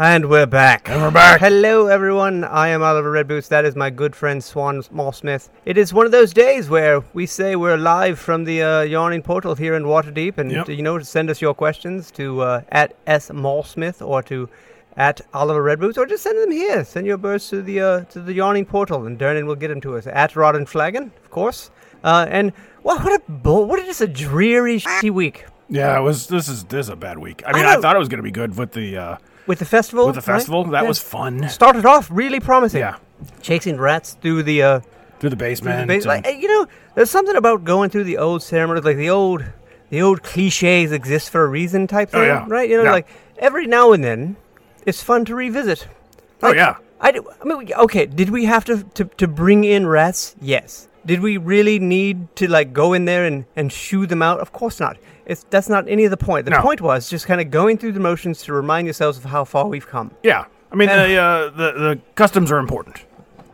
And we're back. And we're back. Hello, everyone. I am Oliver Redboots. That is my good friend Swan Small Smith. It is one of those days where we say we're live from the uh, yawning portal here in Waterdeep, and Yep. you know, send us your questions to uh, at s Smith or to at Oliver Redboots, or just send them here. Send your birds to the uh, to the yawning portal, and Dernan will get them to us at Rod and Flagon, of course. Uh, and wow, what a bo- what is a dreary shitty week Yeah, it was. This is this is a bad week. I mean, I I, don't- thought it was gonna be good with the uh, with the festival. with the right? festival. That Yeah. was fun. started off really promising. Yeah, chasing rats through the uh, through the through the basement. base. and- um, Like, eh, you know, there's something about going through the old ceremonies, like the old, the old cliches exist for a reason type Oh, thing, yeah. right? You know, Yeah. like every now and then, it's fun to revisit. oh yeah, I, d- I mean, we- okay, did we have to, to to bring in rats? Yes. Did we really need to like go in there and and shoo them out? Of course not. It's that's not any of the point. The No. point was just kind of going through the motions to remind yourselves of how far we've come. yeah. I mean, And- the, uh, the the customs are important,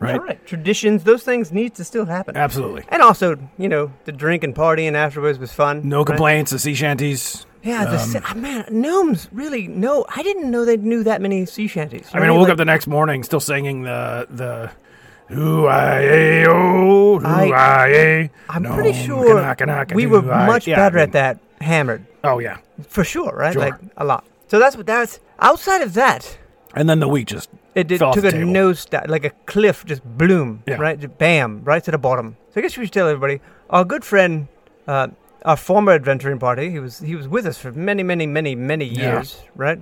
right? All right. Traditions, those things need to still happen. Absolutely. And also, you know, the drink and partying afterwards was fun. No um, right? complaints. The sea shanties. Yeah, the si- ah, man, gnomes really. No, I didn't know they knew that many sea shanties. I mean, I woke up the next morning still singing the the. Ooh, I, eh, oh, ooh, I- I, eh. I'm No, pretty sure kanaka, naka, we doo, were I- much yeah, I better mean, at that hammered, Oh yeah, for sure, right? Sure. Like a lot. So that's what that's outside of that. and then the week just It did, Fell off took the a table. nose dive, like a cliff, just bloom, Yeah. right? Just bam, right to the bottom. So I guess we should tell everybody our good friend, uh, our former adventuring party. He was he was with us for many, many, many, many Yeah. years, right?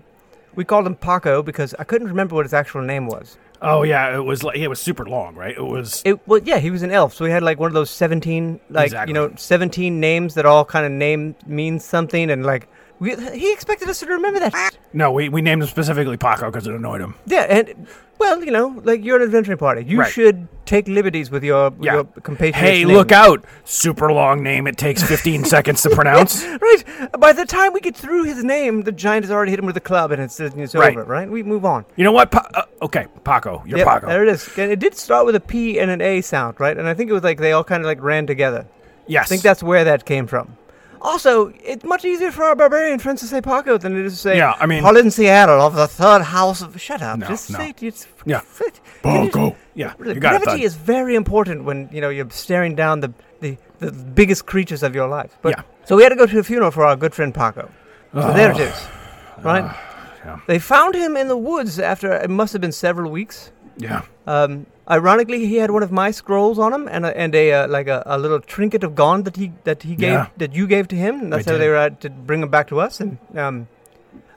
We called him Paco because I couldn't remember what his actual name was. Oh yeah, it was like it was super long, right? It was It well, yeah, he was an elf, so he had like one of those seventeen, like Exactly. you know, seventeen names that all kind of name means something, and like we, he expected us to remember that. no, we, we named him specifically Paco because it annoyed him. Yeah, and well, you know, like you're an adventuring party, you Right. should take liberties with your with Yeah. your compatriots. Hey, name. look out! Super long name. It takes 15 seconds to pronounce. Right. By the time we get through his name, the giant has already hit him with a club, and it's, it's Right. over. Right. We move on. You know what? Pa- uh, okay, Paco, you're Yep, Paco. There it is. And it did start with a P and an A sound, right? And I think it was like they all kind of like ran together. yes, I think that's where that came from. Also, it's much easier for our barbarian friends to say Paco than it is to say Yeah, I mean- Colin Seattle of the third house of Shut up. No, just no. say it. It's Yeah. Can you just- Paco. Yeah, you got it. Brevity Thud. is very important when you know you're staring down the, the, the biggest creatures of your life. But, Yeah. Ah. So we had to go to a funeral for our good friend Paco. So there it is, right? yeah. They found him in the woods after it must have been several weeks. Yeah, Um, ironically, he had one of my scrolls on him, and a, and a uh, like a, a little trinket of Gond that he that he gave Yeah. that you gave to him. And that's I how they did. were out to bring him back to us. And um,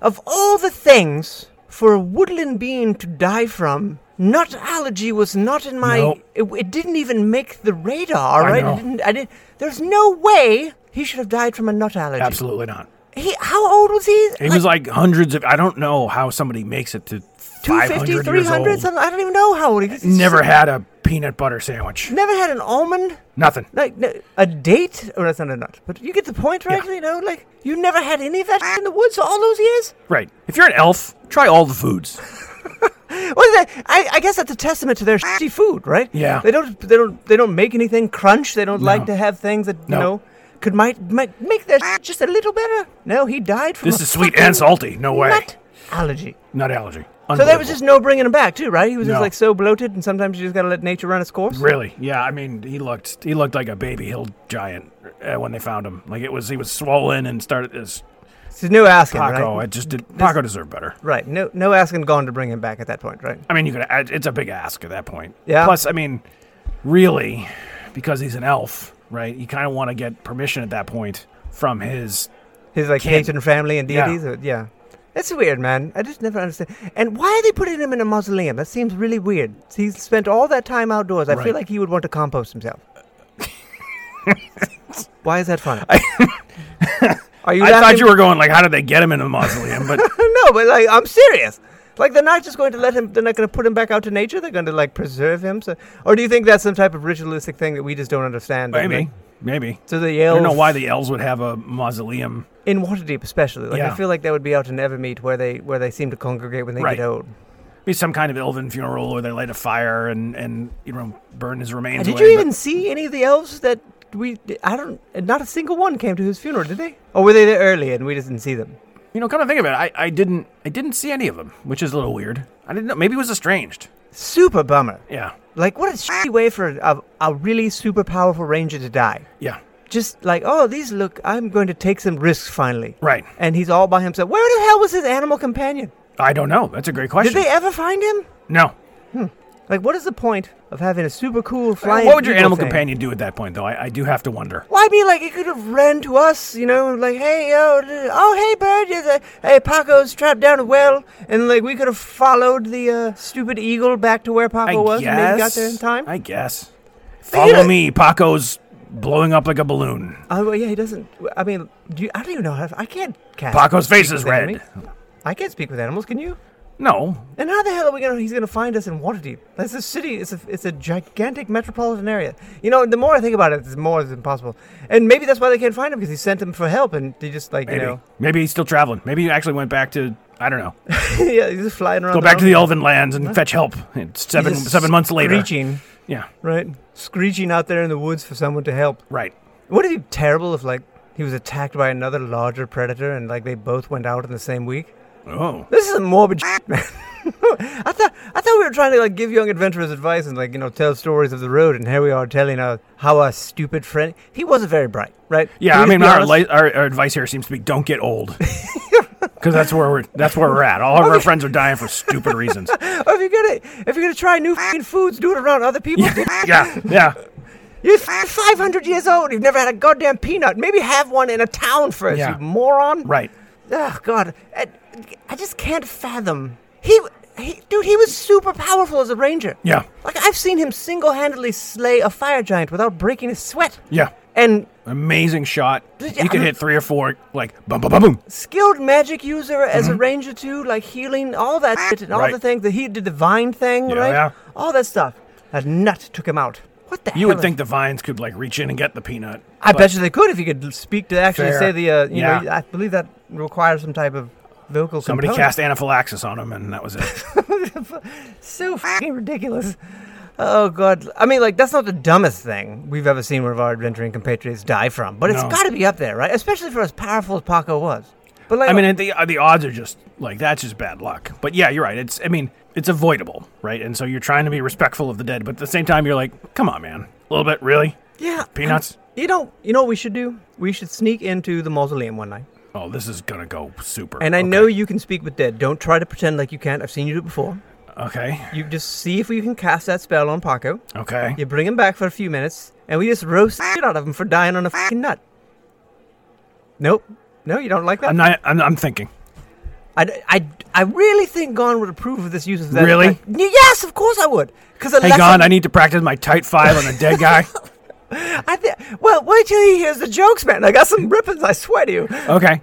of all the things for a woodland being to die from, nut allergy was not in my. No. It, it didn't even make the radar. I right? know. It didn't. I didn't. There's no way he should have died from a nut allergy. absolutely not. He, how old was he? He was like hundreds of. I don't know how somebody makes it to 250, 500 years 300, old. something. I don't even know how old he is. He's Never had a peanut butter sandwich. Never had an almond. Nothing. Like no, a date, or that's not a nut, but you get the point, right? Yeah. You know, like you never had any of that in the woods all those years. Right. If you're an elf, try all the foods. Well, they, I, I guess that's a testament to their shitty food, right? Yeah. They don't, they don't, they don't make anything crunch. They don't like No. to have things that you No. know could might, might make their shit just a little better. No, he died from This a is sweet fucking and salty. No way. Nut allergy. Nut allergy. So there was Unbelievable. just no bringing him back, too, right? He was just No. like so bloated, and sometimes you just gotta let nature run its course. Really? Yeah. I mean, he looked he looked like a baby hill giant uh, when they found him. Like it was he was swollen and started this There's no asking, Paco. right? I just did Paco deserved better. Right. No, no asking gone to bring him back at that point, right? I mean, you could. I- It's a big ask at that point. Yeah. Plus, I mean, really, because he's an elf, right? You kind of want to get permission at that point from his. His like Can't- patron family and Yeah. deities. Yeah. yeah. That's weird, man. I just never understand. And why are they putting him in a mausoleum? That seems really weird. He's spent all that time outdoors. I feel Right. like he would want to compost himself. why is that funny? are you I laughing? thought you were going like, how did they get him in the mausoleum? But no, but like I'm serious. Like they're not just going to let him. They're not going to put him back out to nature. They're going to like preserve him. So, or do you think that's some type of ritualistic thing that we just don't understand? And, maybe, like, maybe. So the I elves don't know why the elves would have a mausoleum. in Waterdeep, especially. Like I Yeah. feel like that would be out in Evermeet, where they where they seem to congregate when they Right. get old. Be some kind of elven funeral, or they light a fire and and you know burn his And remains. did away, you but- even see any of the elves that we? I don't. Not a single one came to his funeral, did they? Or were they there early and we just didn't see them? You know, come to think of it, I, I didn't I didn't see any of them, which is a little weird. I didn't know. Maybe it was estranged. Super bummer. Yeah, Like, what a shitty way for a, a really super powerful ranger to die. yeah, Just like, oh, these look, I'm going to take some risks finally. right. And he's all by himself. Where the hell was his animal companion? I don't know. That's a great question. Did they ever find him? no. Like, what is the point of having a super cool flying? what would your eagle animal thing? companion do at that point, though? I, I do have to wonder. Well, I mean, like, it could have ran to us, you know, like, hey, yo, d- oh, hey, bird, is a, hey, Paco's trapped down a well, and, like, we could have followed the uh, stupid eagle back to where Paco I was guess. and maybe got there in time. I guess. But you Follow know- me, Paco's blowing up like a balloon. Oh, well, yeah, he doesn't. I mean, do you, I don't even know how. I can't cast. Paco's face is with red. enemy. I can't speak with animals, can you? No, And how the hell are we gonna? He's gonna find us in Waterdeep. That's a city. It's a it's a gigantic metropolitan area. You know, the more I think about it, the more it's impossible. And maybe that's why they can't find him because he sent him for help, and they just like maybe. you know, Maybe he's still traveling. Maybe he actually went back to I don't know. yeah, he's just flying around. Go back to mountain. the Elven lands and fetch help. It's He's seven just seven months later. Screeching, Yeah, right? Screeching out there in the woods for someone to help. right. Wouldn't it be terrible if like he was attacked by another larger predator and like they both went out in the same week? Oh, This is a morbid shit, man. I thought I thought we were trying to like give young adventurers advice and like you know tell stories of the road, and here we are telling our, how our stupid friend he wasn't very bright, right? yeah. Can we I just mean, be our, honest? li- our our advice here seems to be don't get old, because that's where we're that's where we're at. All of our friends are dying for stupid reasons. Oh, if you're gonna if you're gonna try new fing foods, do it around other people. yeah, yeah. You're f- 500 years old. You've never had a goddamn peanut. Maybe have one in a town first, Yeah. you moron. Right. Oh God, I, I just can't fathom. He, he, dude, he was super powerful as a ranger. Yeah. Like I've seen him single-handedly slay a fire giant without breaking a sweat. Yeah. And Amazing shot. Yeah, You could I'm- hit three or four, like boom, boom, boom, boom. skilled magic user as a ranger too, like healing, all that shit, and all Mm-hmm. Ah. Right. the things that he did the vine thing, Yeah, right? yeah. All that stuff. That nut took him out. What the You hell would is- think the vines could like reach in and get the peanut. I but- bet you they could if you could speak to actually Fair. say the. Uh, you know, Yeah. I believe that requires some type of vocal. Somebody component. cast anaphylaxis on him, and that was it. so fucking ridiculous. Oh god! I mean, like that's not the dumbest thing we've ever seen one of our adventuring compatriots die from, but it's No. got to be up there, right? Especially for as powerful as Paco was. But like, I mean, the the odds are just like that's just bad luck. But yeah, you're right. It's I mean, it's avoidable, right? And so you're trying to be respectful of the dead, but at the same time, you're like, come on, man, a little bit, really? yeah, Peanuts. You know, you know what we should do? We should sneak into the mausoleum one night. Oh, this is gonna go super. And I Okay. know you can speak with dead. Don't try to pretend like you can't. I've seen you do it before. Okay. You just see if you can cast that spell on Paco. Okay. You bring him back for a few minutes, and we just roast the shit out of him for dying on a fucking nut. Nope. No, you don't like that. I'm not. I'm, I'm thinking. I, I, I really think Gon would approve of this use of that. Really? like- Y- yes, of course I would. Because Hey, God, I need to practice my tight five on a dead guy. I thi- well, wait till he hears the jokes, man. I got some rippings. I swear to you, Okay.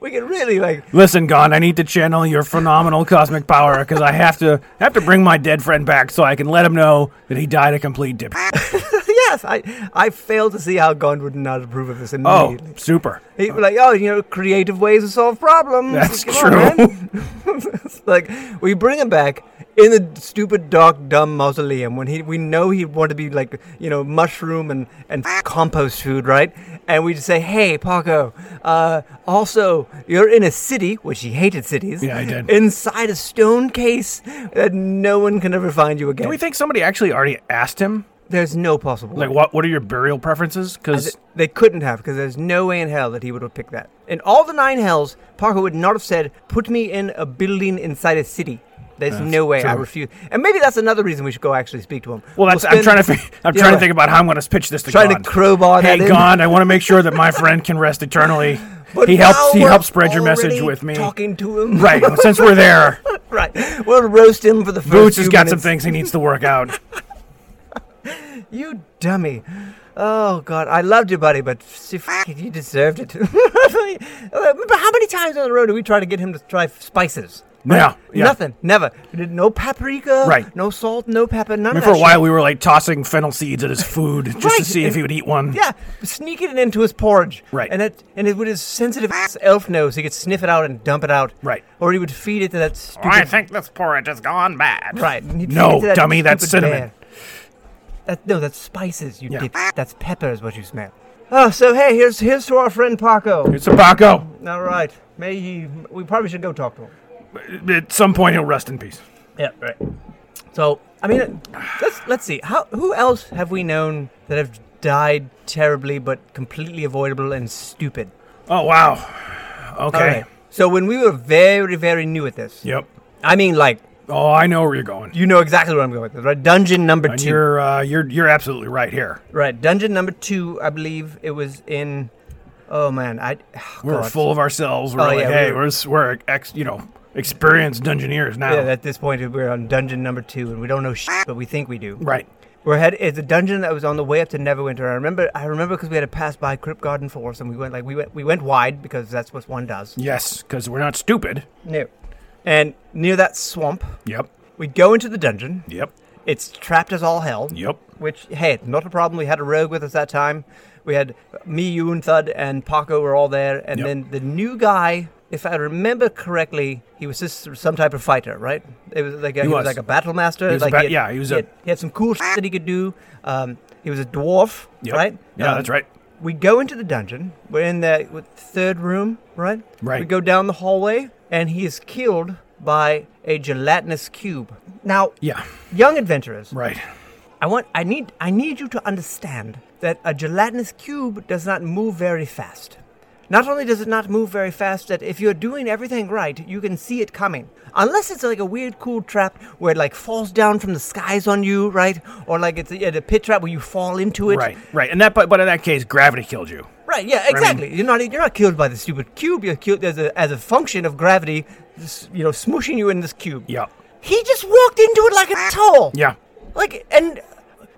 we can really like. Listen, Gon, I need to channel your phenomenal cosmic power because I have to have to bring my dead friend back so I can let him know that he died a complete dip. yes, I, I fail to see how Gon would not approve of this Oh, immediately. super. He'd be like, oh, you know, creative ways to solve problems. That's Come on, true. man. It's like we bring him back in the stupid dark dumb mausoleum when he we know he wanted to be like you know mushroom and and compost food right and we just say hey Paco uh, also you're in a city which he hated cities Yeah, I did. inside a stone case that no one can ever find you again Do we think somebody actually already asked him? there's no possible Like, way. what what are your burial preferences? Th- Because they couldn't have because there's no way in hell that he would have picked that in all the nine hells Parker would not have said put me in a building inside a city there's no way I true. refuse and maybe that's another reason we should go actually speak to him well, that's I'm spend- trying to fi- I'm Yeah, trying right. to think about how I'm going to pitch this to Trying to God. crowbar hey, that in. God, I want to make sure that my friend can rest eternally. But he now helps he we're helps spread your message already with me. talking to him Right. Since we're there, right we'll roast him for the first Boots has few got some minutes. things he needs to work out. you dummy oh god I loved you buddy but see, f- you deserved it but how many times on the road do we try to get him to try spices Yeah, yeah. Nothing. Never. No paprika. Right. No salt. No pepper. None I mean, of for that a while, we were like tossing fennel seeds at his food just to Right, see if he would eat one. shit. Yeah. Sneaking it into his porridge. Right. And it and it, with his sensitive ass elf nose, he could sniff it out and dump it out. Right. Or he would feed it to that stupid. Oh, think this porridge has gone bad. Right. and he'd No, feed it to that dummy, that's stupid cinnamon. bear. That no, that's spices. You Yeah. dip. That's pepper is what you smell. Oh, so hey, here's here's to our friend Paco. It's a Paco. All right, may he. We probably should go talk to him. At some point, he'll rest in peace. Yeah, right. So I mean, let's let's see. How who else have we known that have died terribly but completely avoidable and stupid? Oh wow. Okay. All right. So when we were very very new at this, Yep. I mean, like Oh, I know where you're going. you know exactly where I'm going with this, right? Dungeon number And two. you're uh, you're you're absolutely right here. Right, dungeon number two, I believe it was in. Oh man, I. oh, We were God. full of ourselves. We're Oh, like, yeah, hey, we were- we're s- we're ex, you know, experienced dungeoneers now. Yeah, at this point we're on dungeon number two, and we don't know shit, but we think we do. right. We're head. It's a dungeon that was on the way up to Neverwinter. I remember. I remember because we had to pass by Crypt Garden Forest, and we went like we went we went wide because that's what one does. Yes, because we're not stupid. No, and near that swamp, Yep. we go into the dungeon. Yep. It's trapped as all hell. Yep. Which hey, not a problem. We had a rogue with us that time. We had me, you, and Thud, and Paco were all there, and Yep. then the new guy. If I remember correctly, he was just some type of fighter, right? It was like a, he, was. was. like a battle master. He was a like ba- yeah, he was a- had, he had some cool shit that he could do. Um, he was a dwarf, Yep. right? Yeah, Um, that's right. We go into the dungeon. We're in the with third room, right? Right. We go down the hallway, and he is killed by a gelatinous cube. Now, Yeah. young adventurers, Right. I want I need I need you to understand that a gelatinous cube does not move very fast. Not only does it not move very fast, that if you're doing everything right, you can see it coming. Unless it's like a weird cool trap where it like falls down from the skies on you, right? Or like it's a, a pit trap where you fall into it. Right. Right. And that, but but in that case, gravity killed you. Right, yeah, exactly. you're not you're not killed by the stupid cube, you're killed as a as a function of gravity s- you know, smooshing you in this cube. Yep. He just walked into it like an asshole. Yeah. Like and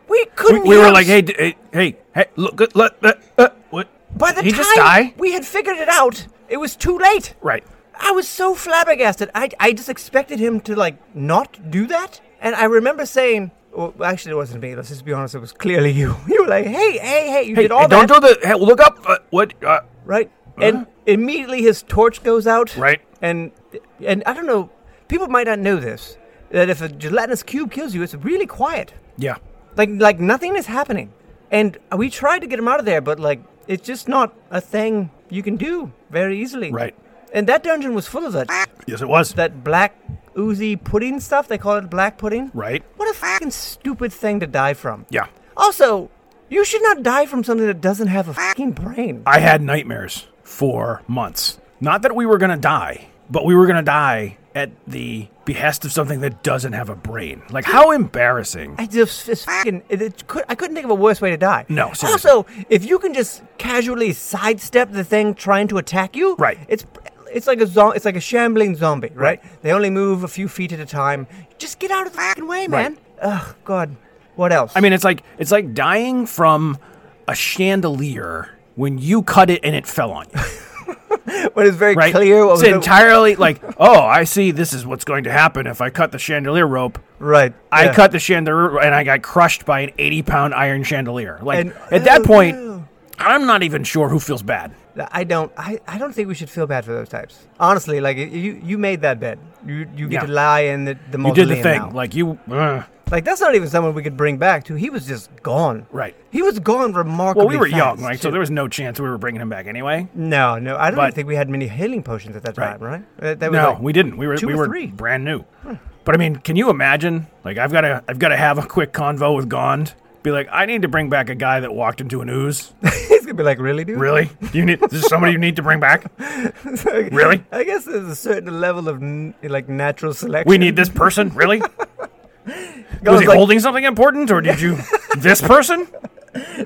we We, couldn't we hear were him like, hey, d- hey, hey, hey, look, good, look, uh, uh, what? By the Did he time just die? we had figured it out, it was too late. Right. I was so flabbergasted. I, I just expected him to, like, not do that. And I remember saying, well, actually, it wasn't me. Let's just be honest. It was clearly you. You were like, hey, hey, hey, you Hey, did all hey, that, don't do the. Hey, look up. Uh, what? Uh, right? And immediately his torch goes out. Right. And, and I don't know, people might not know this, that if a gelatinous cube kills you, it's really quiet. yeah. Like, like nothing is happening. And we tried to get him out of there, but like, it's just not a thing you can do very easily. Right. And that dungeon was full of that Yes, it was. that black oozy pudding stuff. They call it black pudding. right. What a fucking stupid thing to die from. Yeah. Also, you should not die from something that doesn't have a fucking brain. I had nightmares for months. Not that we were gonna die, but we were gonna die at the behest of something that doesn't have a brain. Like how embarrassing. I just it's fucking. It, it could, I couldn't think of a worse way to die. No, seriously. Also, if you can just casually sidestep the thing trying to attack you, Right. It's it's like a zo- it's like a shambling zombie, right? They only move a few feet at a time. Just get out of the fucking way, man. Ugh, God. What else? I mean, it's like it's like dying from a chandelier when you cut it and it fell on you. but it's very Right? clear. What it's was the- entirely like, oh, I see. This is what's going to happen if I cut the chandelier rope. Right. I yeah. cut the chandelier and I got crushed by an 80 pound iron chandelier. Like And- at that Oh, point, no. I'm not even sure who feels bad. I don't. I, I don't think we should feel bad for those types. Honestly, like you, you made that bed. You you get Yeah. to lie in the the You mausoleum did the thing. now. Like you, uh, Like that's not even someone we could bring back to. He was just gone. Right. He was gone remarkably. well, we were fast, young, like so too. there was no chance we were bringing him back anyway. no, no. I don't even But- think we had many healing potions at that Right. time, right? Uh, That, that was No, like- we didn't. We were two we or were three. brand new. But I mean, can you imagine? Like I've got to I've got to have a quick convo with Gond. Be like, I need to bring back a guy that walked into an ooze. He's gonna be like, really, dude? Really? Do you need? Is this somebody you need to bring back? Like, Really? I guess there's a certain level of n- like natural selection. We need this person. Really? Was Goes he like, holding something important, or did you? This person?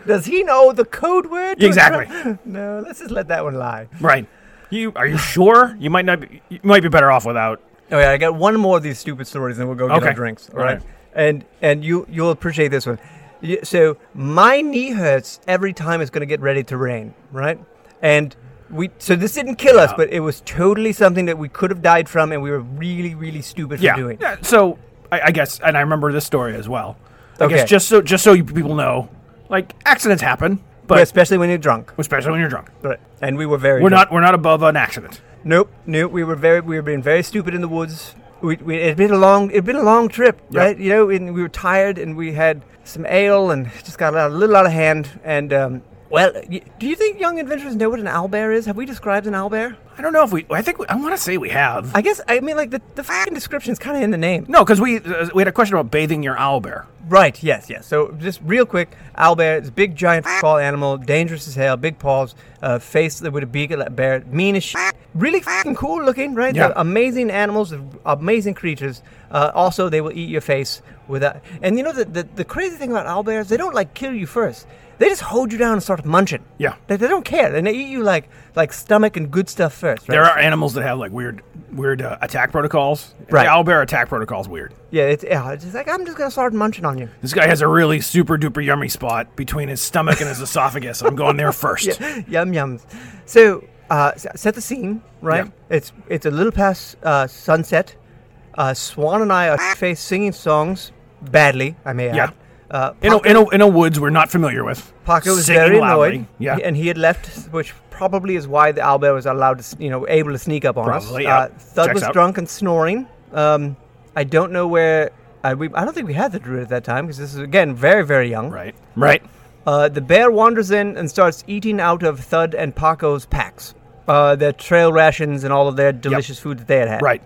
Does he know the code word? to a Exactly. drum?" No, let's just let that one lie. Right. You are you sure? You might not. Be, you might be better off without. Oh yeah, I got one more of these stupid stories, and we'll go get Okay. our drinks. All All right? right. and and you you'll appreciate this one. Y- So my knee hurts every time it's going to get ready to rain, right? And we so this didn't kill us, but it was totally something that we could have died from, and we were really really stupid Yeah. for doing. Yeah, So I, I guess, and I remember this story as well. I Okay. guess just so just so you people know, like accidents happen, but especially when you're drunk. especially when you're drunk. Right. And we were very We're drunk. not we're not above an accident. Nope, nope. We were very we were being very stupid in the woods. We, we it'd been a long it'd been a long trip, Yep. right? You know, and we were tired, and we had some ale, and it just got a little out of hand, and um, Well, y- do you think young adventurers know what an owlbear is? Have we described an owlbear? I don't know if we. I think we, I want to say we have. I guess, I mean, like, the, the fucking description's kind of in the name. no, because we uh, we had a question about bathing your owl bear. Right, yes, yes. So just real quick, owlbear is a big, giant, Ah. tall animal, dangerous as hell, big paws, uh, face that with a beak like bear, mean as shit. Really fucking cool looking, right? Ah. Yeah. They're amazing animals, they're amazing creatures. Uh, also, they will eat your face without. And you know the, the the crazy thing about owlbears, they don't like kill you first. They just hold you down and start munching. Yeah. They, they don't care, and they eat you like like stomach and good stuff first. Right? There are animals that have like weird weird uh, attack protocols. Right. The owl bear attack protocol is weird. yeah, it's, yeah, it's just like I'm just gonna start munching on you. This guy has a really super duper yummy spot between his stomach and his esophagus. I'm going there first. yum yums. So uh, s- set the scene, right? Yeah. It's it's a little past uh, sunset. Uh, Swan and I are face singing songs badly. I may Ah. Yeah. add. Uh, In, a, in, a, in a woods we're not familiar with. Paco was Singing very loudly. annoyed, Yeah. and he had left, which probably is why the owlbear was allowed to, s- you know, able to sneak up on Probably, us. yeah. Uh, Thud Checks was out. drunk and snoring. Um, I don't know where. I, we, I don't think we had the druid at that time because this is again very very young. right. Right. Uh, the bear wanders in and starts eating out of Thud and Paco's packs, uh, their trail rations and all of their delicious food that they had had. Right.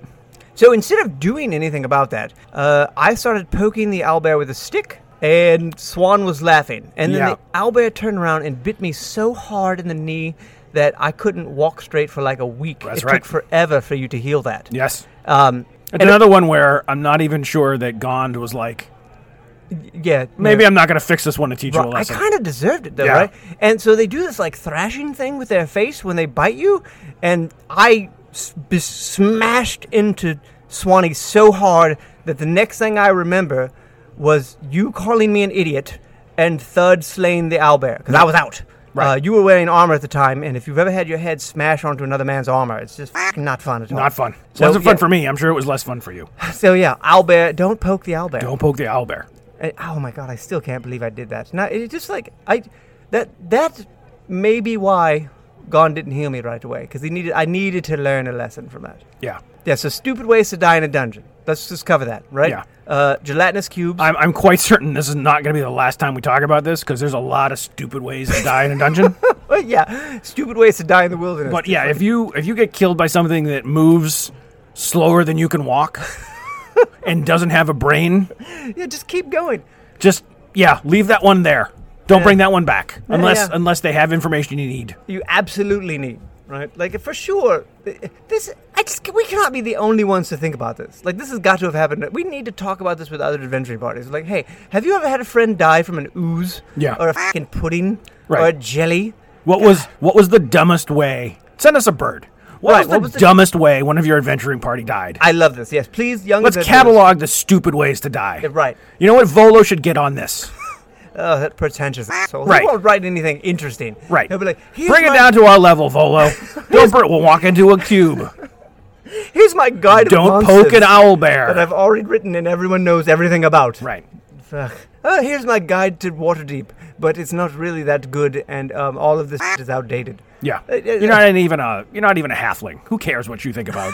So instead of doing anything about that, uh, I started poking the owlbear with a stick, and Swan was laughing. And then Yeah. the owlbear turned around and bit me so hard in the knee that I couldn't walk straight for like a week. That's it right. took forever for you to heal that. Yes. Um, It's another one where I'm not even sure that Gond was like, yeah. maybe I'm not going to fix this one to teach you a Right, I lesson. kind of deserved it though, Yeah. right? And so they do this like thrashing thing with their face when they bite you, and I s- be smashed into Swanee so hard that the next thing I remember was you calling me an idiot and Thud slaying the owlbear because I was out. Uh, Right. you were wearing armor at the time, and if you've ever had your head smash onto another man's armor, it's just f- not fun at all. not fun. It So, wasn't fun yeah. for me. I'm sure it was less fun for you. So yeah, owlbear, don't poke the owlbear. Don't poke the owl bear. And, oh my god, I still can't believe I did that. Now it's just like I that that may be why Gon didn't heal me right away because he needed I needed to learn a lesson from that. Yeah. Yeah, so stupid ways to die in a dungeon. Let's just cover that, right? Yeah. Uh, gelatinous cubes. I'm, I'm quite certain this is not going to be the last time we talk about this because there's a lot of stupid ways to die in a dungeon. Well, yeah, stupid ways to die in the wilderness. but yeah, if you if you get killed by something that moves slower than you can walk and doesn't have a brain, yeah, just keep going. just yeah, leave that one there. Don't bring that one back unless yeah. unless they have information you need. You absolutely need right, like for sure. th- This I just we cannot be the only ones to think about this. Like this has got to have happened. We need to talk about this with other adventuring parties. Like, hey, have you ever had a friend die from an ooze? Yeah. or a fucking pudding or a Right. jelly. What was what was the dumbest way? Send us a bird. What Right, was the what was the- dumbest way one of your adventuring party died? I love this. Yes, please, young. Let's adventurers- catalog the stupid ways to die. Yeah, Right. You know what? Volo should get on this. Oh, that pretentious asshole. Right. He won't write anything interesting. Right. He'll be like, here's Bring it my- down to our level, Volo. Don't br- we'll walk into a cube. Here's my guide. of Don't poke monsters an owl That bear. I've already written and everyone knows everything about. Right. Ugh. Uh, here's my guide to Waterdeep, but it's not really that good, and um, all of this is outdated. Yeah. Uh, uh, You're not an- even a you're not even a halfling. Who cares what you think about?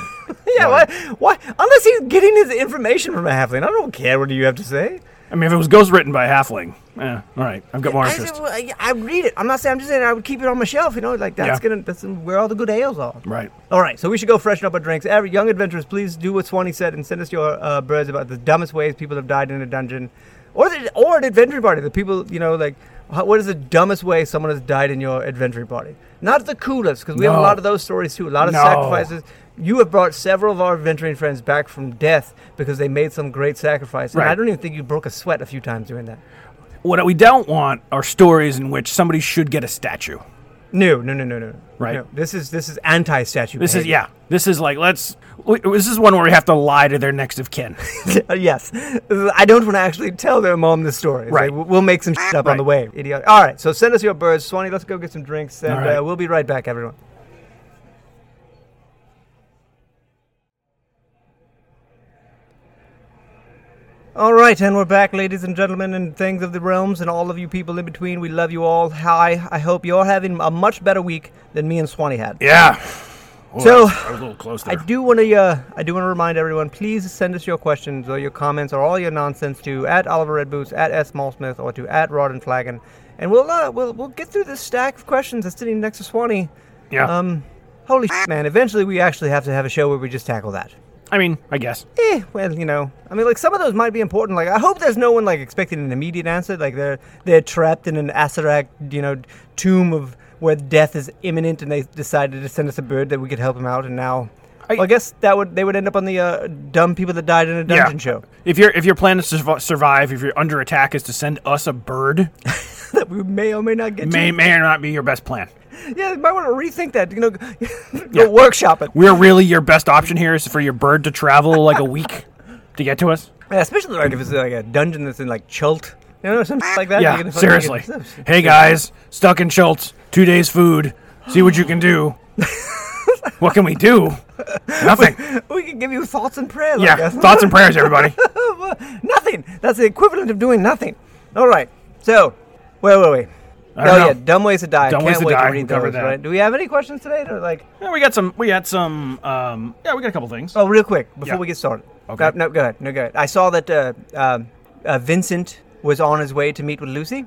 Yeah, why, why? Unless he's getting his information from a halfling, I don't care what you have to say. I mean, if it was ghostwritten by a halfling, eh, all right, I've got more I, interest. I, I read it. I'm not saying. I'm just saying I would keep it on my shelf. You know, like that's Yeah. gonna that's where all the good ales are. Right. All right, so we should go freshen up our drinks. Every young adventurers, please do what Swanee said and send us your uh, birds about the dumbest ways people have died in a dungeon, or the, or an adventuring party. The people, you know, like how, what is the dumbest way someone has died in your adventuring party? Not the coolest, because we have a No. lot of those stories too. A lot of No. sacrifices. You have brought several of our adventuring friends back from death because they made some great sacrifice. And I Right. don't even think you broke a sweat a few times doing that. What we don't want are stories in which somebody should get a statue. No, no, no, no, no. Right. No, this is this is anti-statue. This is yeah. This is like let's. We, this is one where we have to lie to their next of kin. Uh, yes. I don't want to actually tell their mom the story. It's Right. like, we'll- we'll make some shit up on Right. the way. Idiot. All right. So send us your birds. Swanee, let's go get some drinks. And All right. uh, we'll be right back, everyone. All right, and we're back, ladies and gentlemen, and things of the realms, and all of you people in between. We love you all. Hi, I hope you're having a much better week than me and Swanee had. yeah. Oh, So- I was, I was a little close I there. do want to. Uh, I do want to remind everyone. Please send us your questions or your comments or all your nonsense to at Oliver Red Boots, at S Smallsmith, or to at Rod and Flagon. and we'll uh, we'll we'll get through this stack of questions that's sitting next to Swanee. Yeah. Um, holy shit, man! Eventually, we actually have to have a show where we just tackle that. I mean, I guess. Eh, well, you know, I mean, like some of those might be important. Like, I hope there's no one like expecting an immediate answer. Like they're they're trapped in an Asarak, you know, tomb of where death is imminent, and they decided to send us a bird that we could help them out. And now, I- well, I guess that would they would end up on the uh, dumb people that died in a dungeon show If your if your plan is to survi- survive, if you're under attack, is to send us a bird, that we may or may not get. may to. may or not be your best plan. Yeah, you might want to rethink that. You know, go Yeah. workshop it, We're really your best option here is for your bird to travel like a week to get to us. yeah, especially like if it's like a dungeon that's in like Chult, you know, something like that. You Yeah, can fucking seriously. get- Hey guys, stuck in Schultz, two days food. See what you can do. what can we do? Nothing. we can give you thoughts and prayer. Like Yeah, that. thoughts and prayers, everybody. nothing. That's the equivalent of doing nothing. All right. So, where were we? I don't oh know. yeah, dumb ways to die. Dumb Can't Ways to wait Die, to we read covered those. that. Right? Do we have any questions today? Or like, Yeah, we got some. We had some. Um, yeah, we got a couple things. oh, real quick before Yeah. we get started. Uh, Okay. No, no, go ahead. No, go ahead. I saw that uh, um uh, Vincent was on his way to meet with Lucy.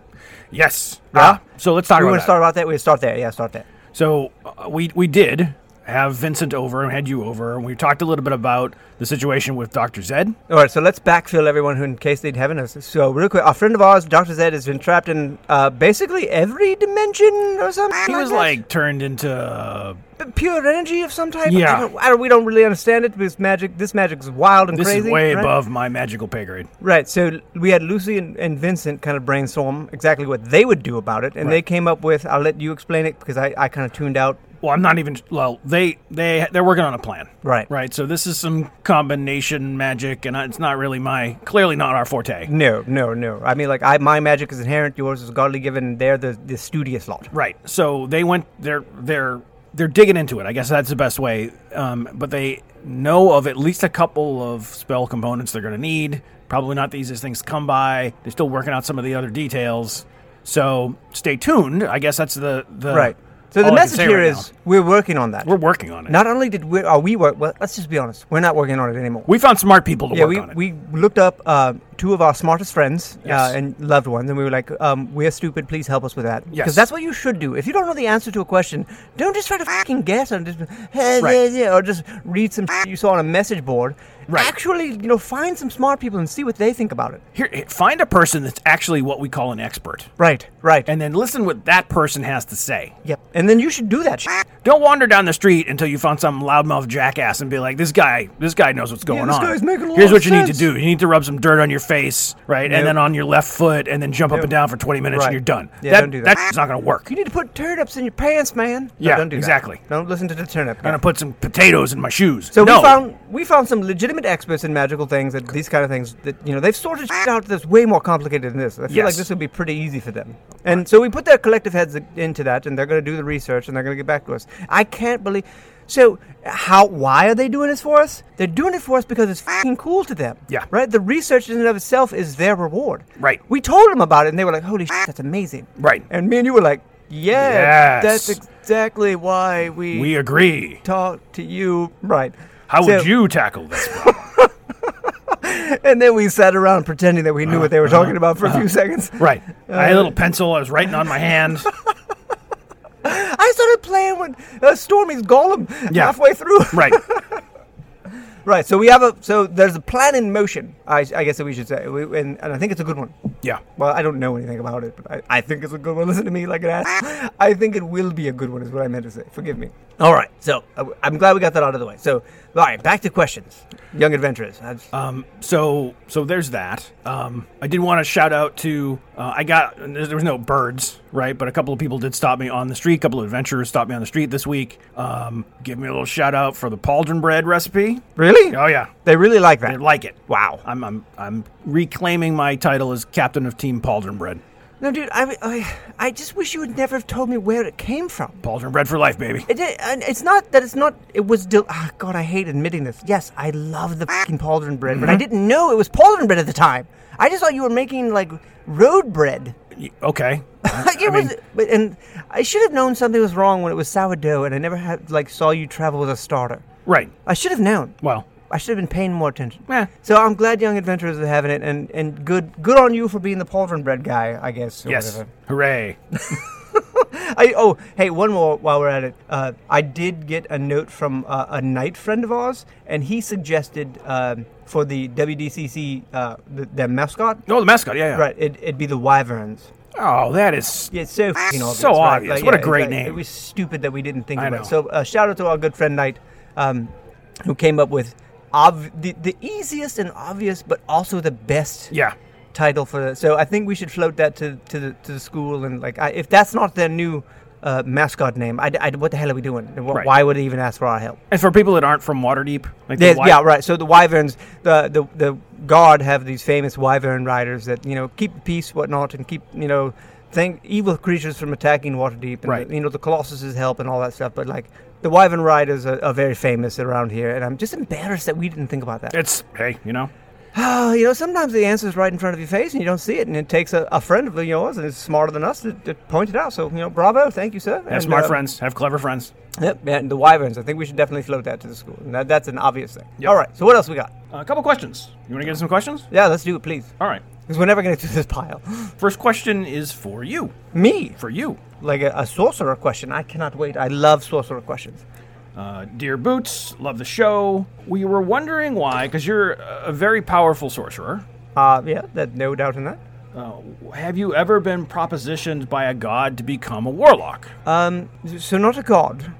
Yes. Yeah. Ah, so let's talk we about want that. to start about that. We start there. Yeah, start there. So uh, we we did have Vincent over and had you over, and we talked a little bit about the situation with Doctor Zed. All right, so let's backfill everyone who, in case they haven't. us- So, real quick, our friend of ours, Doctor Zed, has been trapped in uh, basically every dimension or something. He was that. like turned into uh, P- pure energy of some type. Yeah. I don't, I don't, we don't really understand it because magic. This magic's wild and this crazy. is way right? above my magical pay grade. Right. So we had Lucy and, and Vincent kind of brainstorm exactly what they would do about it, and they came up with. I'll let you explain it because I, I kind of tuned out. Well, I'm not even. Well, they they they're working on a plan. Right. Right. So this is some combination magic, and it's not really my clearly not our forte. No, no, no. I mean, like I, my magic is inherent. Yours is godly given. and They're the the studious lot. Right. So they went. They're they're they're digging into it. I guess that's the best way. Um, but they know of at least a couple of spell components they're going to need. Probably not the easiest things to come by. They're still working out some of the other details. So stay tuned. I guess that's the the Right. So the all I can message say here right is we're working on that. now. we're working on it. not only did we are we work. Well, let's just be honest. We're not working on it anymore. we found smart people to Yeah, work we, on it. we looked up uh, two of our smartest friends Yes. uh, and loved ones, and we were like, um, "We're stupid. Please help us with that." Because Yes. that's what you should do. If you don't know the answer to a question, don't just try to fucking guess and just hey, Right. yeah, yeah," or just read some shit you saw on a message board. Right. Actually, you know, find some smart people and see what they think about it. Here, find a person that's actually what we call an expert, Right. Right. and then listen what that person has to say. yep. And then you should do that. shit. Don't wander down the street until you found some loudmouth jackass and be like, "This guy, this guy knows what's going this on." guy's making a Here's lot of what you need to sense." do: you need to rub some dirt on your face, right, Nope. and then on your left foot, and then jump up and down for 20 minutes, Right. and you're done. Yeah, that, don't do that. That's not going to work. You You're need to put turnips in your pants, man. No, Yeah, Don't do that. exactly. Don't listen to the turnip. guy. going to put some potatoes in my shoes. So no. we found we found some legitimate experts in magical things and these kind of things that you know they've sorted shit out that's way more complicated than this. I feel like Yes. this would be pretty easy for them. And so we put their collective heads into that, and they're going to do the research, and they're going to get back to us. I can't believe. So how? Why are they doing this for us? They're doing it for us because it's fucking cool to them. Yeah. Right. The research in and of itself is their reward. Right. We told them about it, and they were like, "Holy shit, that's amazing!" Right. And me and you were like, "Yeah, Yes. that's exactly why we." we agree. Talk to you, right? How So- would you tackle this? And then we sat around pretending that we knew what they were talking about for a few seconds. Uh-huh. Uh, right. I had a little pencil. I was writing on my hand. I started playing with uh, Stormy's Golem Yeah. halfway through. right. Right. So we have a so there's a plan in motion. I, I guess that we should say, we, and, and I think it's a good one. Yeah. Well, I don't know anything about it, but I, I think it's a good one. Listen to me like an ass. I think it will be a good one, is what I meant to say. Forgive me. All right. So I, I'm glad we got that out of the way. So, all right, back to questions. Young adventurers. That's- Um, so so there's that. Um, I did want to shout out to uh, I got there there was no birds right, but a couple of people did stop me on the street. A couple of adventurers stopped me on the street this week. Um, give me a little shout out for the pauldron bread recipe. really? Oh yeah, They really like that. I like it. wow. I'm I'm I'm reclaiming my title as captain of team pauldron bread. No, dude, I, I, I just wish you would never have told me where it came from. Pauldron bread for life, baby. It, it, and it's not that it's not. It was. Del- ah, God, I hate admitting this. Yes, I love the fucking pauldron bread, but I didn't know it was pauldron bread at the time. I just thought you were making like road bread. Y- Okay. Like, it was, but, and I should have known something was wrong when it was sourdough, and I never had like saw you travel as a starter. Right. I should have known. Well, I should have been paying more attention. Eh, So I'm glad Young Adventurers are having it, and, and good good on you for being the pauldron bread guy, I guess. or yes. whatever. Hooray. I, oh, hey, one more while we're at it. Uh, I did get a note from uh, a knight friend of ours, and he suggested um, for the WDCC, uh, the, their mascot, No, Oh, the mascot. Yeah, yeah. right, it, it'd be the Wyverns. Oh, that is. Yeah, it's so f***ing obvious. So right? obvious. What a it's great like- name. It was stupid that we didn't think I about know. it. So uh, shout out to our good friend Knight, um, who came up with ob- the, the easiest and obvious, but also the best Yeah. title for that. So I think we should float that to to the, to the school and like I, if that's not their new uh, mascot name, I, I- what the hell are we doing? Wh- Right. Why would they even ask for our help? And for people that aren't from Waterdeep, like the There's- wi- yeah, right. So the wyverns, the, the the guard have these famous wyvern riders that you know keep the peace, whatnot, and keep you know thing evil creatures from attacking Waterdeep, and Right. you know the Colossuses help and all that stuff. But like the wyvern riders are, are very famous around here, and I'm just embarrassed that we didn't think about that. It's hey, you know. Oh, you know, sometimes the answer's right in front of your face and you don't see it, and it takes a, a friend of yours and is smarter than us to, to point it out. So, you know, bravo, thank you, sir. Have and, smart uh, friends. Have clever friends. Yep, and the Wyverns. I think we should definitely float that to the school. And that, that's an obvious thing. Yep. All right, so what else we got? a couple questions. You want to get some questions? Yeah, let's do it, please. All right. Because we're never going to do this pile. First question is for you. Me, For you. like a, a sorcerer question. I cannot wait. I love sorcerer questions. Uh, dear Boots, love the show. We were wondering why, because you're a very powerful sorcerer. Uh, yeah, that, no doubt in that. Uh, have you ever been propositioned by a god to become a warlock? Um, so, not a god.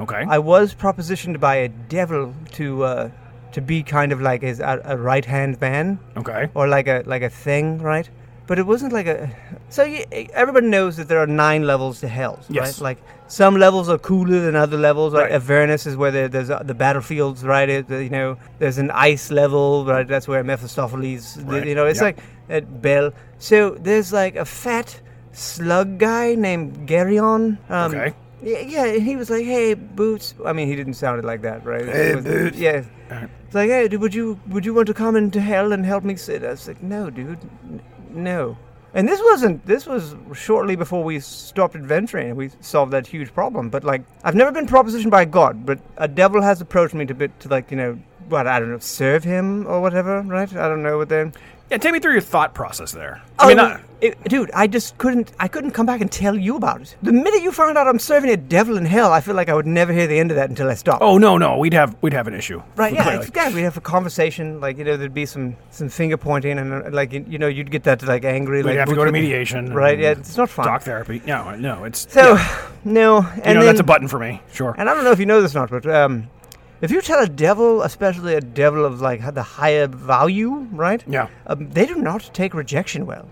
Okay. I was propositioned by a devil to uh, to be kind of like his, a, a right hand man. okay. or like a like a thing, right? But it wasn't like a. So you, everybody knows that there are nine levels to hell, Yes. right? Like some levels are cooler than other levels. Like Right. Avernus is where there, there's uh, the battlefields, right? It, you know, there's an ice level, right? That's where Mephistopheles. Right. You know, it's Yep. like at Bell. So there's like a fat slug guy named Geryon. Um, Okay. Yeah, yeah, and he was like, "Hey, Boots." I mean, he didn't sound it like that, right? Hey, It was- Boots. Yeah. Alright. It's like, hey, dude, would you would you want to come into hell and help me? Sit? I was like, no, dude, n- no. And this wasn't. This was shortly before we stopped adventuring and we solved that huge problem. But like, I've never been propositioned by God, but a devil has approached me to bit to like, you know, what I don't know, serve him or whatever, right? I don't know what they. Yeah, take me through your thought process there. I mean, Oh, uh, it- dude, I just couldn't. I couldn't come back and tell you about it. The minute you found out I'm serving a devil in hell, I feel like I would never hear the end of that until I stopped. oh no, no, we'd have we'd have an issue. Right, yeah, Clearly. it's, yeah, we'd have a conversation, like, you know, there'd be some, some finger pointing, and, uh, like, you, you know, you'd get that, like, angry, We'd like, have to which go to would- mediation. Right, and yeah, it's not fun. Talk therapy. No, no, it's so, yeah. no, and you know then, that's a button for me. Sure. and I don't know if you know this or not, but, um, if you tell a devil, especially a devil of, like, the higher value, right? Yeah. Um, they do not take rejection well.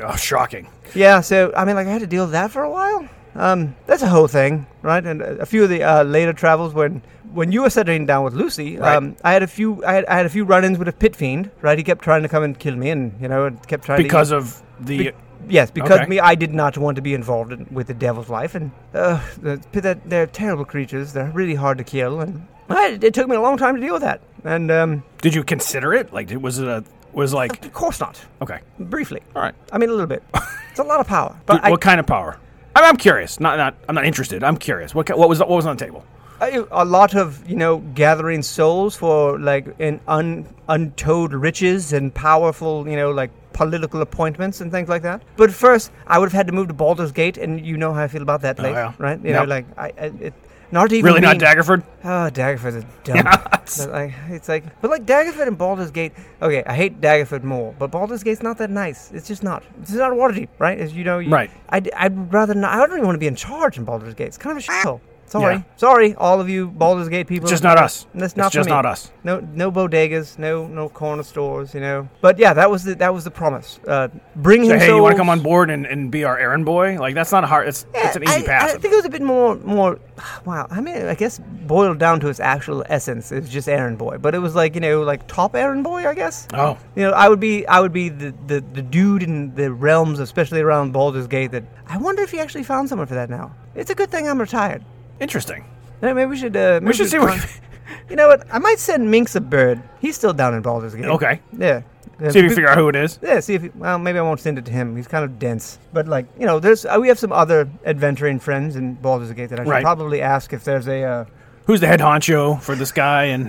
Oh, shocking. Yeah, so I mean, like I had to deal with that for a while. Um, that's a whole thing, right? And a a few of the uh, later travels when when you were settling down with Lucy, Right. um, I had a few I had, I had a few run-ins with a pit fiend, right? He kept trying to come and kill me, and you know, and kept trying Because to of the yes, because Okay. me, I did not want to be involved in, with the devil's life, and uh, the- they're, they're terrible creatures. They're really hard to kill, and I, it took me a long time to deal with that. And um, Did you consider it? Like, did- was it a was like of course not, okay? briefly. All right. I mean, a little bit. it's a lot of power, but Dude, I, what kind of power? I'm, I'm curious. Not not. I'm not interested. I'm curious. What ki- what was what was on the table? I- a lot of you know gathering souls for like in un, untold riches and powerful you know like political appointments and things like that but first i would have had to move to Baldur's Gate and you know how i feel about that place Oh, yeah. right you Yep. know like i, I it, not even Really being, not Daggerford? oh daggerford's a dumb Yes. But, like, it's like but like daggerford and Baldur's Gate okay i hate daggerford more but Baldur's Gate's not that nice it's just not it's not Waterdeep right as you know you, Right. I'd, I'd rather not. I don't even want to be in charge in Baldur's Gate. It's kind of a shithole. Sorry, Yeah. sorry, all of you Baldur's Gate people. It's just not us. That's It's not for just me. not us. No, no bodegas, no, no corner stores, you know. But yeah, that was the that was the promise. Uh, bring So, him. hey, you want souls. to come on board and, and be our errand boy? Like that's not a hard. It's Yeah, it's an easy I, pass. I think it was a bit more more. Wow, I mean, I guess boiled down to its actual essence, it was just errand boy. But it was like you know, like top errand boy, I guess. oh, You know, I would be I would be the, the, the dude in the realms, especially around Baldur's Gate. That I wonder if he actually found someone for that now. It's a good thing I'm retired. interesting. Yeah, Maybe we should. Uh, maybe We should see what. con- You know what? I might send Minx a bird. He's still down in Baldur's Gate. Okay. Yeah. Uh, See if you pe- figure out who it is. Yeah. See if. He, well, maybe I won't send it to him. He's kind of dense. But like, you know, there's uh, we have some other adventuring friends in Baldur's Gate that I should Right. probably ask if there's a. Uh, Who's the head honcho for this guy? And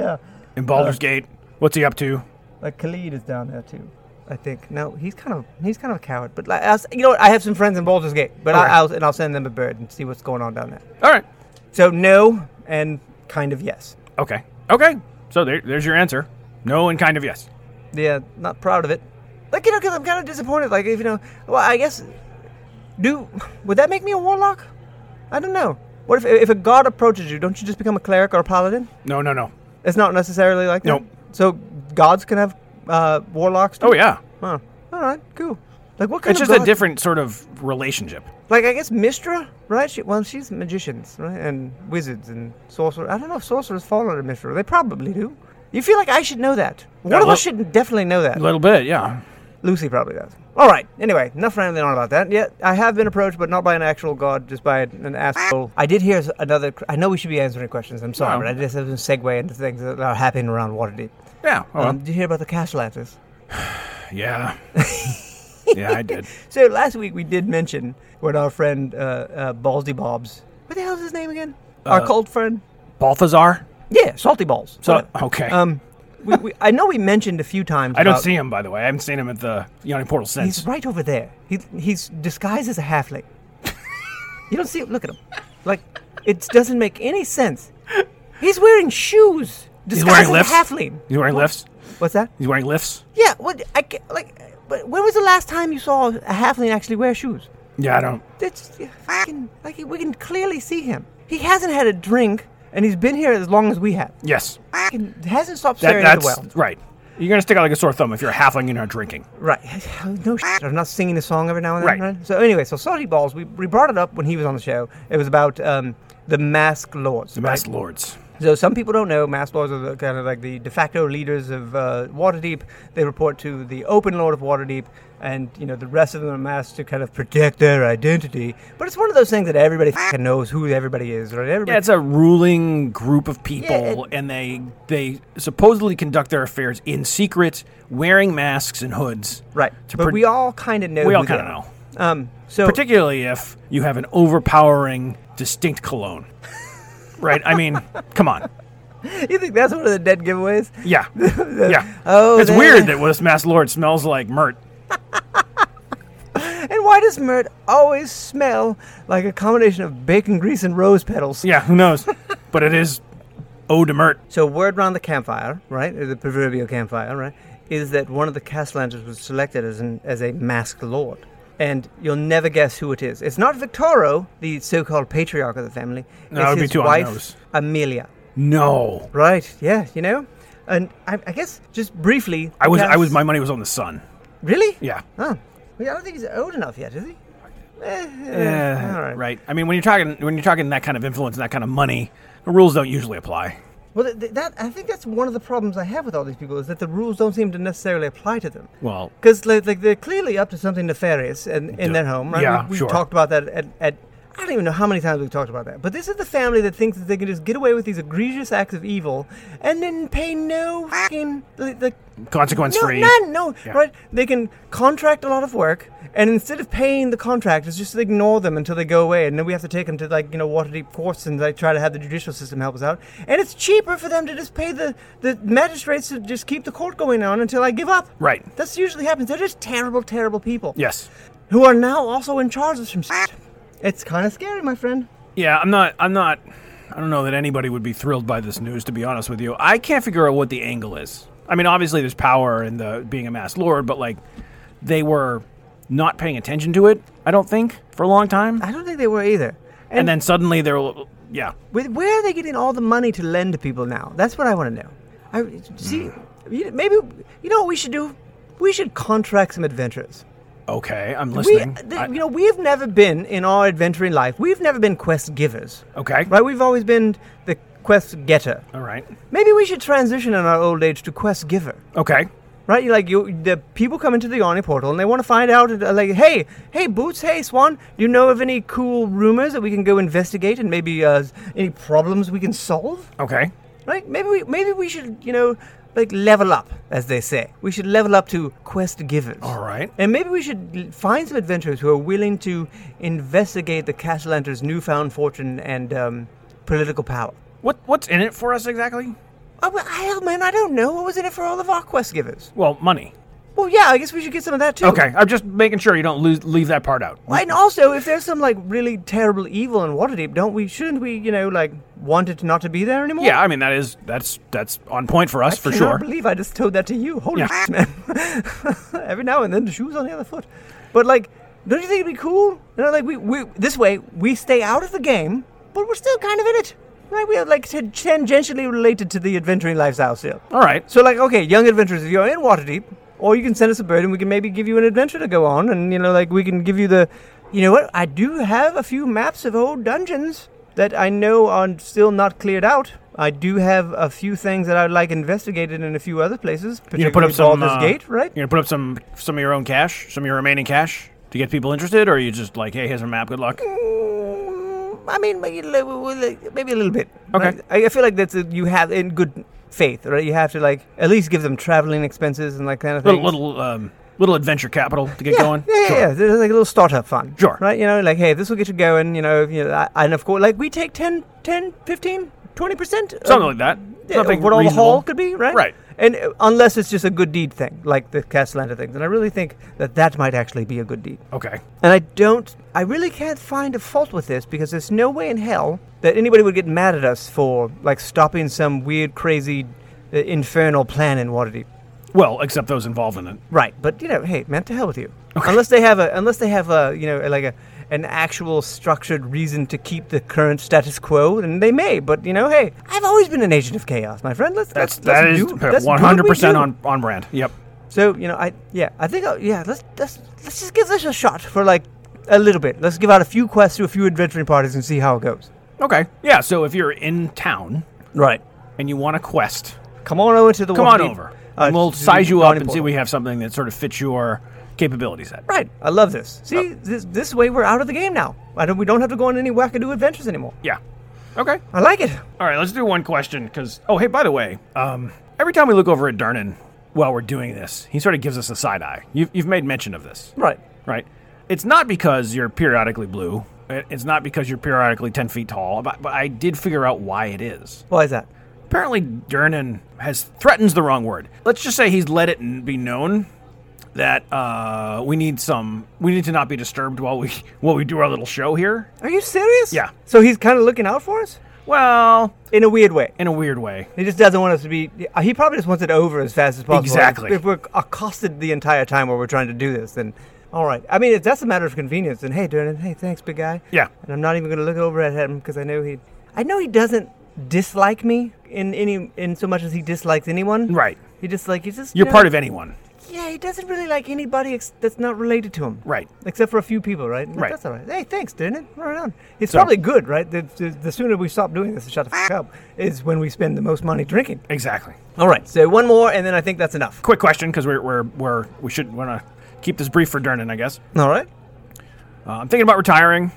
yeah. in Baldur's Gate. What's he up to? Like Khalid is down there too. I think no, he's kind of he's kind of a coward. But like, I'll, s- you know, what? I have some friends in Baldur's Gate, but Okay. I, I'll and I'll send them a bird and see what's going on down there. All right. So no, and kind of yes. Okay. Okay. So there, there's your answer. No and kind of yes. Yeah, not proud of it. Like you know, because I'm kind of disappointed. Like if you know, well, I guess do would that make me a warlock? I don't know. What if if a god approaches you? Don't you just become a cleric or a paladin? No, no, no. It's not necessarily like Nope. that. So gods can have uh, warlocks. Too? Oh yeah. Huh. All right. Cool. Like what kind It's of just a god- different sort of relationship. Like I guess Mistra, right? She, well, she's magicians, right, and wizards and sorcerers. I don't know if sorcerers fall under Mistra. They probably do. You feel like I should know that. One Yeah, of well- us should definitely know that. A little bit, yeah. Lucy probably does. All right. Anyway, enough rambling on about that. Yeah, I have been approached, but not by an actual god, just by an asshole. I did hear s- another. cr- I know we should be answering questions. I'm sorry, No. but I just have to segue into things that are happening around Waterdeep. Yeah. Oh, Um, did you hear about the Castellantis? yeah. yeah, I did. So last week we did mention when our friend uh, uh, Ballsy Bobs. What the hell's his name again? our Uh, cult friend. Balthazar? Yeah, salty balls. So Whatever. okay. um, we, we, I know we mentioned a few times. I don't about- see him by the way. I haven't seen him at the Yawning Portal He's since. right over there. He, he's disguised as a halfling. you don't see him. Look at him. Like it doesn't make any sense. He's wearing shoes. Disguised wearing as a lifts? halfling. He's wearing lifts. What's that? He's wearing lifts. Yeah. What? I ca- like. But when was the last time you saw a halfling actually wear shoes? Yeah, I don't. That's yeah, fucking like we can clearly see him. He hasn't had a drink, and he's been here as long as we have. Yes. Fucking hasn't stopped That, staring at that's the well. right. You're gonna stick out like a sore thumb if you're a halfling and you're not drinking. Right. No shit. I'm not singing the song every now and then. Right. Right. So anyway, so salty balls. We, we brought it up when he was on the show. It was about um, the mask lords. The right? masked lords. So some people don't know, mask lords are the, kind of like the de facto leaders of uh, Waterdeep. They report to the open lord of Waterdeep, and you know the rest of them are masked to kind of protect their identity. But it's one of those things that everybody fucking knows who everybody is, right? Everybody Yeah, it's a ruling group of people, it- and they they supposedly conduct their affairs in secret, wearing masks and hoods. right. to But pro- we all kind of know. We all kind kinda know. Um. So particularly if you have an overpowering, distinct cologne. right? I mean, come on. you think that's one of the dead giveaways? Yeah. Yeah. Oh, it's there- weird that this masked lord smells like Mert. And why does Mert always smell like a combination of bacon grease and rose petals? Yeah, who knows? but it is Eau de Mert. So word round the campfire, right, or the proverbial campfire, right, is that one of the Castellaners was selected as an as a masked lord, and you'll never guess who it is. It's not Victoro, the so-called patriarch of the family. it's No, that would be his too on the nose. wife, Amelia. No. Right? Yeah, you know, and I, I guess just briefly, I was I because- was my money was on the sun. really Yeah. Oh, yeah, I don't think he's old enough yet, is he? Eh, eh, Eh, all right. Right. I mean when you're talking when you're talking that kind of influence and that kind of money, the rules don't usually apply. Well, th- th- that I think that's one of the problems I have with all these people is that the rules don't seem to necessarily apply to them. Well Because like, like they're clearly up to something nefarious in, in Yeah. their home. Right? Yeah, we, we sure. talked about that at, at I don't even know how many times we've talked about that. But this is the family that thinks that they can just get away with these egregious acts of evil and then pay no fucking like, like, consequence no, free. none, no, Yeah. right? They can contract a lot of work, and instead of paying the contractors, just ignore them until they go away, and then we have to take them to like you know waterdeep courts and like try to have the judicial system help us out. And it's cheaper for them to just pay the the magistrates to just keep the court going on until I give up. Right. That's usually happens. They're just terrible, terrible people Yes. who are now also in charge of some. Shit. It's kind of scary, my friend. Yeah, I'm not. I'm not. I don't know that anybody would be thrilled by this news. To be honest with you, I can't figure out what the angle is. I mean, obviously there's power in the being a mass lord, but like they were not paying attention to it. I don't think for a long time, I don't think they were either. and then suddenly they're. Yeah, With where are they getting all the money to lend to people now? That's what I want to know. I see. you- Maybe you know what we should do. We should contract some adventurers. okay, I'm We, listening. th- I- you know, we've never been in our adventuring life. We've never been quest givers, okay, right? We've always been the quest getter. all right, Maybe we should transition in our old age to quest giver. okay. Right, you like you. The people come into the Yawning portal and they want to find out, uh, like, hey, hey, Boots, hey, Swan, do you know of any cool rumors that we can go investigate and maybe uh, any problems we can solve? Okay. Right? Maybe we maybe we should, you know, like level up, as they say. We should level up to quest givers. All right. And maybe we should l- find some adventurers who are willing to investigate the Castellanter's newfound fortune and um, political power. What what's in it for us exactly? Oh, well, hell, man, I don't know. What was in it for all of our quest givers? Well, money. Well, yeah, I guess we should get some of that too. Okay, I'm just making sure you don't lose, leave that part out. Well, and also, if there's some like really terrible evil in Waterdeep, don't we? Shouldn't we? You know, like want it not to be there anymore? Yeah, I mean that is that's that's on point for us for I cannot sure. believe I just told that to you. Holy Yeah. shit, man! Every now and then the shoes on the other foot, but like, don't you think it'd be cool? You know, like we, we this way we stay out of the game, but we're still kind of in it, right? We are like t- tangentially related to the adventuring lifestyle still. All right. So like, okay, young adventurers, if you're in Waterdeep, or you can send us a bird, and we can maybe give you an adventure to go on, and you know, like we can give you the, you know what? I do have a few maps of old dungeons that I know are still not cleared out. I do have a few things that I'd like investigated in a few other places, You particularly gonna put up some Baldur's uh, Gate, right? You're gonna put up some some of your own cash, some of your remaining cash to get people interested, or are you just like, hey, here's a map, good luck. Mm, I mean, maybe a little, well, maybe a little bit. Okay. right? I, I feel like that's a, you have in good faith, right? You have to like at least give them traveling expenses and like kind of thing. Little little um, little adventure capital to get yeah, going. Yeah, Sure. yeah, yeah. It's like a little startup fund. Sure. Right? You know, like, hey, this will get you going, you know, if you I- and of course, like, we take 10, 10 15, 20%. of- Something like that. yeah, Something of what all the reasonable. haul could be, right? Right. And uh, unless it's just a good deed thing, like the Castellanta things. And I really think that that might actually be a good deed. Okay. And I don't, I really can't find a fault with this because there's no way in hell that anybody would get mad at us for, like, stopping some weird, crazy, uh, infernal plan in Waterdeep. Well, except those involved in it. Right, but you know, hey, man, to hell with you. Unless they have a, unless they have a, you know, like a, an actual structured reason to keep the current status quo, then they may. But you know, hey, I've always been an agent of chaos, my friend. Let's That's let's, that let's is do- let's do what one we hundred percent do. on on brand. Yep. So you know, I yeah, I think I'll, yeah, let's let's let's just give this a shot for like a little bit. Let's give out a few quests to a few adventuring parties and see how it goes. Okay. Yeah. So if you're in town Right. and you want a quest, Come on over to the. come on Waterdeep, over. uh, and we'll to size you up Dawningport. and see if we have something that sort of fits your capability set. Right. I love this. See, this this way we're out of the game now. I don't, we don't have to go on any wackadoo adventures anymore. Yeah. Okay. I like it. All right, let's do one question because. Oh, hey, by the way, um, every time we look over at Dernan while we're doing this, he sort of gives us a side eye. You've, you've made mention of this, Right. right? It's not because you're periodically blue. It- It's not because you're periodically ten feet tall. But, but I did figure out why it is. Why is that? Apparently, Dernan has threatens the wrong word. Let's just say he's let it n- be known that uh, we need some. We need to not be disturbed while we while we do our little show here. Are you serious? Yeah. So he's kind of looking out for us Well, in a weird way. in a weird way. He just doesn't want us to be. He probably just wants it over as fast as possible. Exactly. If we're accosted the entire time while we're trying to do this, then all right. I mean, if that's a matter of convenience, then hey, Dernan, hey, thanks, big guy. Yeah. And I'm not even going to look over at him because I know he. I know he doesn't dislike me in any in so much as he dislikes anyone. Right. He just like he's just. You're part of anyone. Yeah, he doesn't really like anybody ex- that's not related to him. Right. Except for a few people, right? Right. That's all right. Hey, thanks, Dernan. Right on. It's So- probably good, right? The, the, the sooner we stop doing this and shut the f- up is when we spend the most money drinking. Exactly. All right. So one more, and then I think that's enough. Quick question, because we're, we're we're we should want to keep this brief for Dernan, I guess. All right. Uh, I'm thinking about retiring.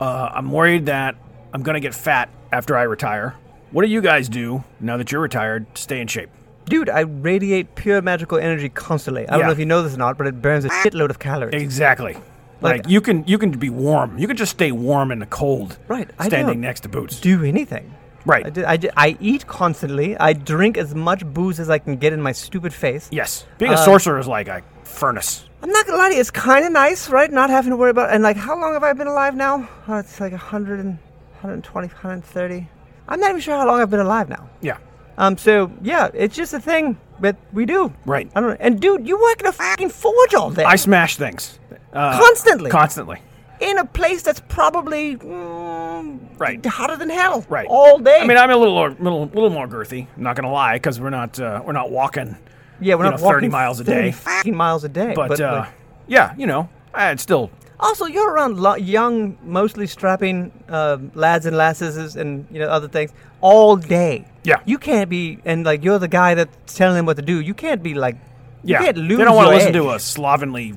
Uh, I'm worried that I'm gonna get fat after I retire. What do you guys do now that you're retired to stay in shape? Dude, I radiate pure magical energy constantly. I don't Yeah. know if you know this or not, but it burns a shitload of calories. Exactly. Like, Like- you can you can be warm. You can just stay warm in the cold. Right, I Standing don't next to boots. do anything. Right. I, do, I, do, I eat constantly. I drink as much booze as I can get in my stupid face. yes. Being a Uh, sorcerer is like a furnace. I'm not gonna lie to you, it's kind of nice, right? Not having to worry about and like how long have I been alive now? Oh, it's like 100 and 120, 130. I'm not even sure how long I've been alive now. Yeah. Um, so yeah, it's just a thing that we do. Right. I don't know. And dude, you work in a fucking forge all day, I smash things. Uh, Constantly. Constantly. in a place that's probably mm, Right. hotter than hell, Right. all day. I mean, I'm a little, little, little more girthy. I'm not gonna lie, because we're not, uh, we're not walking. yeah, we're you not know, 30 walking miles a 30 day. fucking miles a day. But, uh, like, yeah, you know, I- it's still Also, you're around lo- young, mostly strapping uh, lads and lasses and you know other things all day. Yeah. you can't be and like you're the guy that's telling them what to do. You can't be like yeah. you can't lose. they don't want to listen to a slovenly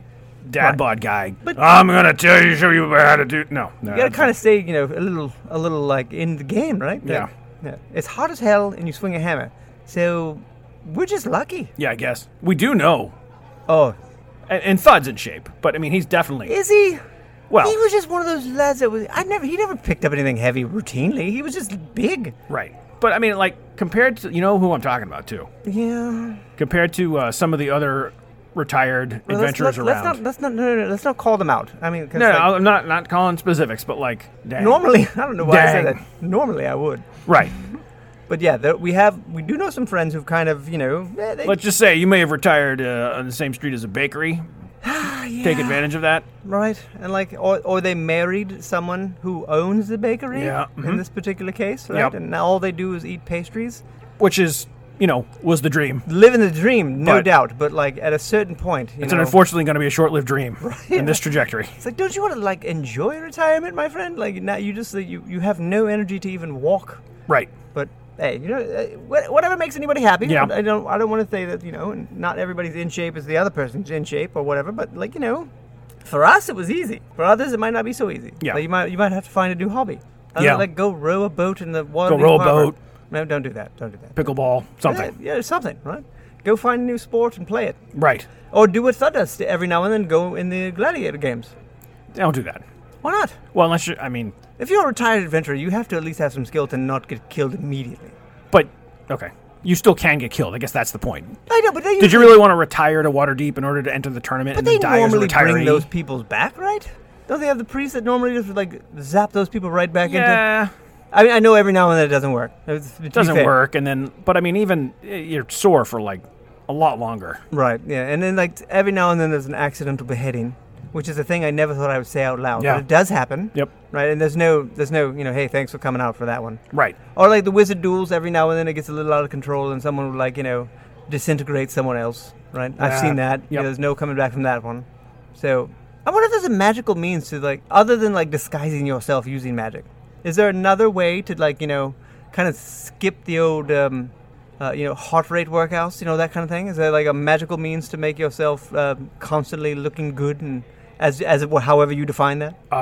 dad Right. bod guy. But- I'm gonna tell you, show you how to do. No, no You gotta kind of stay, you know, a little, a little like in the game, right? Yeah. Like, yeah. It's hot as hell, and you swing a hammer. So we're just lucky. Yeah, I guess we do know, Oh, and, and Thud's in shape, but I mean, he's definitely is he? well, he was just one of those lads that was. I never. He never picked up anything heavy routinely. He was just big. right. But I mean, like compared to you know who I'm talking about too. Yeah. Compared to uh, some of the other retired Well, let's- let's, adventurers let's, around. not. Let's not. No, no, no, Let's not call them out. I mean, 'cause, no, like, no, I'm not not calling specifics, but like dang. normally I don't know why I Dang. said that. Normally I would. right? But yeah, there, we have we do know some friends who've kind of you know eh, they, Let's just say you may have retired uh, on the same street as a bakery. Take advantage of that. ah, right and like or, or they married someone who owns the bakery Yeah, in mhm. this particular case right Yep. and now all they do is eat pastries which is you know was the dream. living the dream no But- doubt but like at a certain point you It's know, unfortunately going to be a short-lived dream in this trajectory. it's like don't you want to like enjoy retirement my friend like now you just like, you you have no energy to even walk Right. but hey you know eh, wha- whatever makes anybody happy Yeah. I don't I don't want to say that you know not everybody's in shape as the other person's in shape or whatever but like you know for us it was easy for others it might not be so easy Yeah. Like, you might you might have to find a new hobby Other Yeah. than, like go row a boat in the water row a boat. no don't do that don't do that Pickleball, something. yeah, yeah, something right go find a new sport and play it Right. or do what Thud does every now and then go in the gladiator games Don't do that. why not Well, unless you, I mean, if you're a retired adventurer you have to at least have some skill to not get killed immediately but okay, you still can get killed. I guess that's the point. I know but they Did you really want to retire to Waterdeep in order to enter the tournament But and they then die as a normally retiree? bring those people's back, right? Don't they have the priests that normally just like zap those people right back into? yeah, I mean, I know every now and then it doesn't work. It's- to be doesn't fair. work. And then, but I mean, even eh, you're sore for like a lot longer. right? Yeah, and then like every now and then there's an accidental beheading, which is a thing I never thought I would say out loud. Yeah. but it does happen. Yep. Right, and there's no, there's no, you know, hey, thanks for coming out for that one. Right. Or like the wizard duels, every now and then it gets a little out of control, and someone would like, you know, disintegrate someone else. Right, I've Yeah. seen that. You know, Yep. there's no coming back from that one. So I wonder if there's a magical means to like, other than like disguising yourself using magic. Is there another way to like, you know, kind of skip the old, um, uh, you know, heart rate workouts, you know, that kind of thing? Is there like a magical means to make yourself um, constantly looking good and as as however you define that? Uh,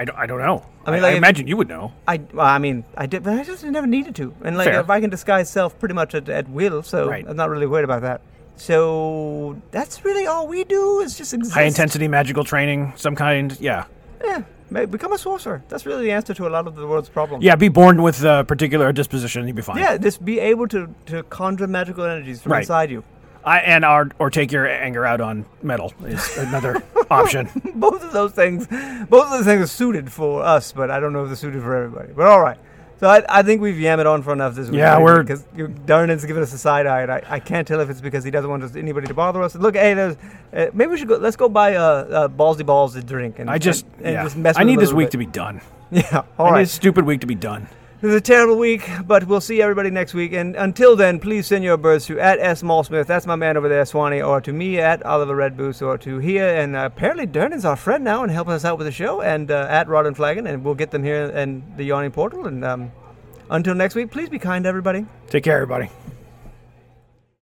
I don't. I don't know. I I mean, mean, like, I if- imagine you would know. I, well, I mean, I did, but I just never needed to. And like, Fair. if I can disguise self pretty much at, at will, so Right. I'm not really worried about that. So that's really all we do is just exist. High intensity magical training, some kind. Yeah. Yeah, ma- become a sorcerer. That's really the answer to a lot of the world's problems. Yeah, be born with a particular disposition, you'd be fine. Yeah, just be able to, to conjure magical energies from Right. inside you. I, and our, or take your anger out on metal is another option. both of those things, both of those things are suited for us, but I don't know if they're suited for everybody. But all right. So I, I think we've yammed on for enough this week. Yeah, we're- because Darnan's giving us a side eye, and I, I can't tell if it's because he doesn't want us, anybody to bother us. Look, hey, there's, uh, maybe we should go. Let's go buy uh, uh, ballsy balls to drink, and I just, and, and yeah. just mess. I need this week to be done. be. Yeah, I all need right. this stupid week to be done. It was a terrible week, but we'll see everybody next week. And until then, please send your birds to at S. Smith. That's my man over there, Swanee, or to me at Oliver Redboots, or to here. And uh, apparently, Dernan's our friend now and helping us out with the show, and uh, at Rod and Flagon. And we'll get them here in the Yawning Portal. And um, until next week, please be kind to everybody. Take care, everybody.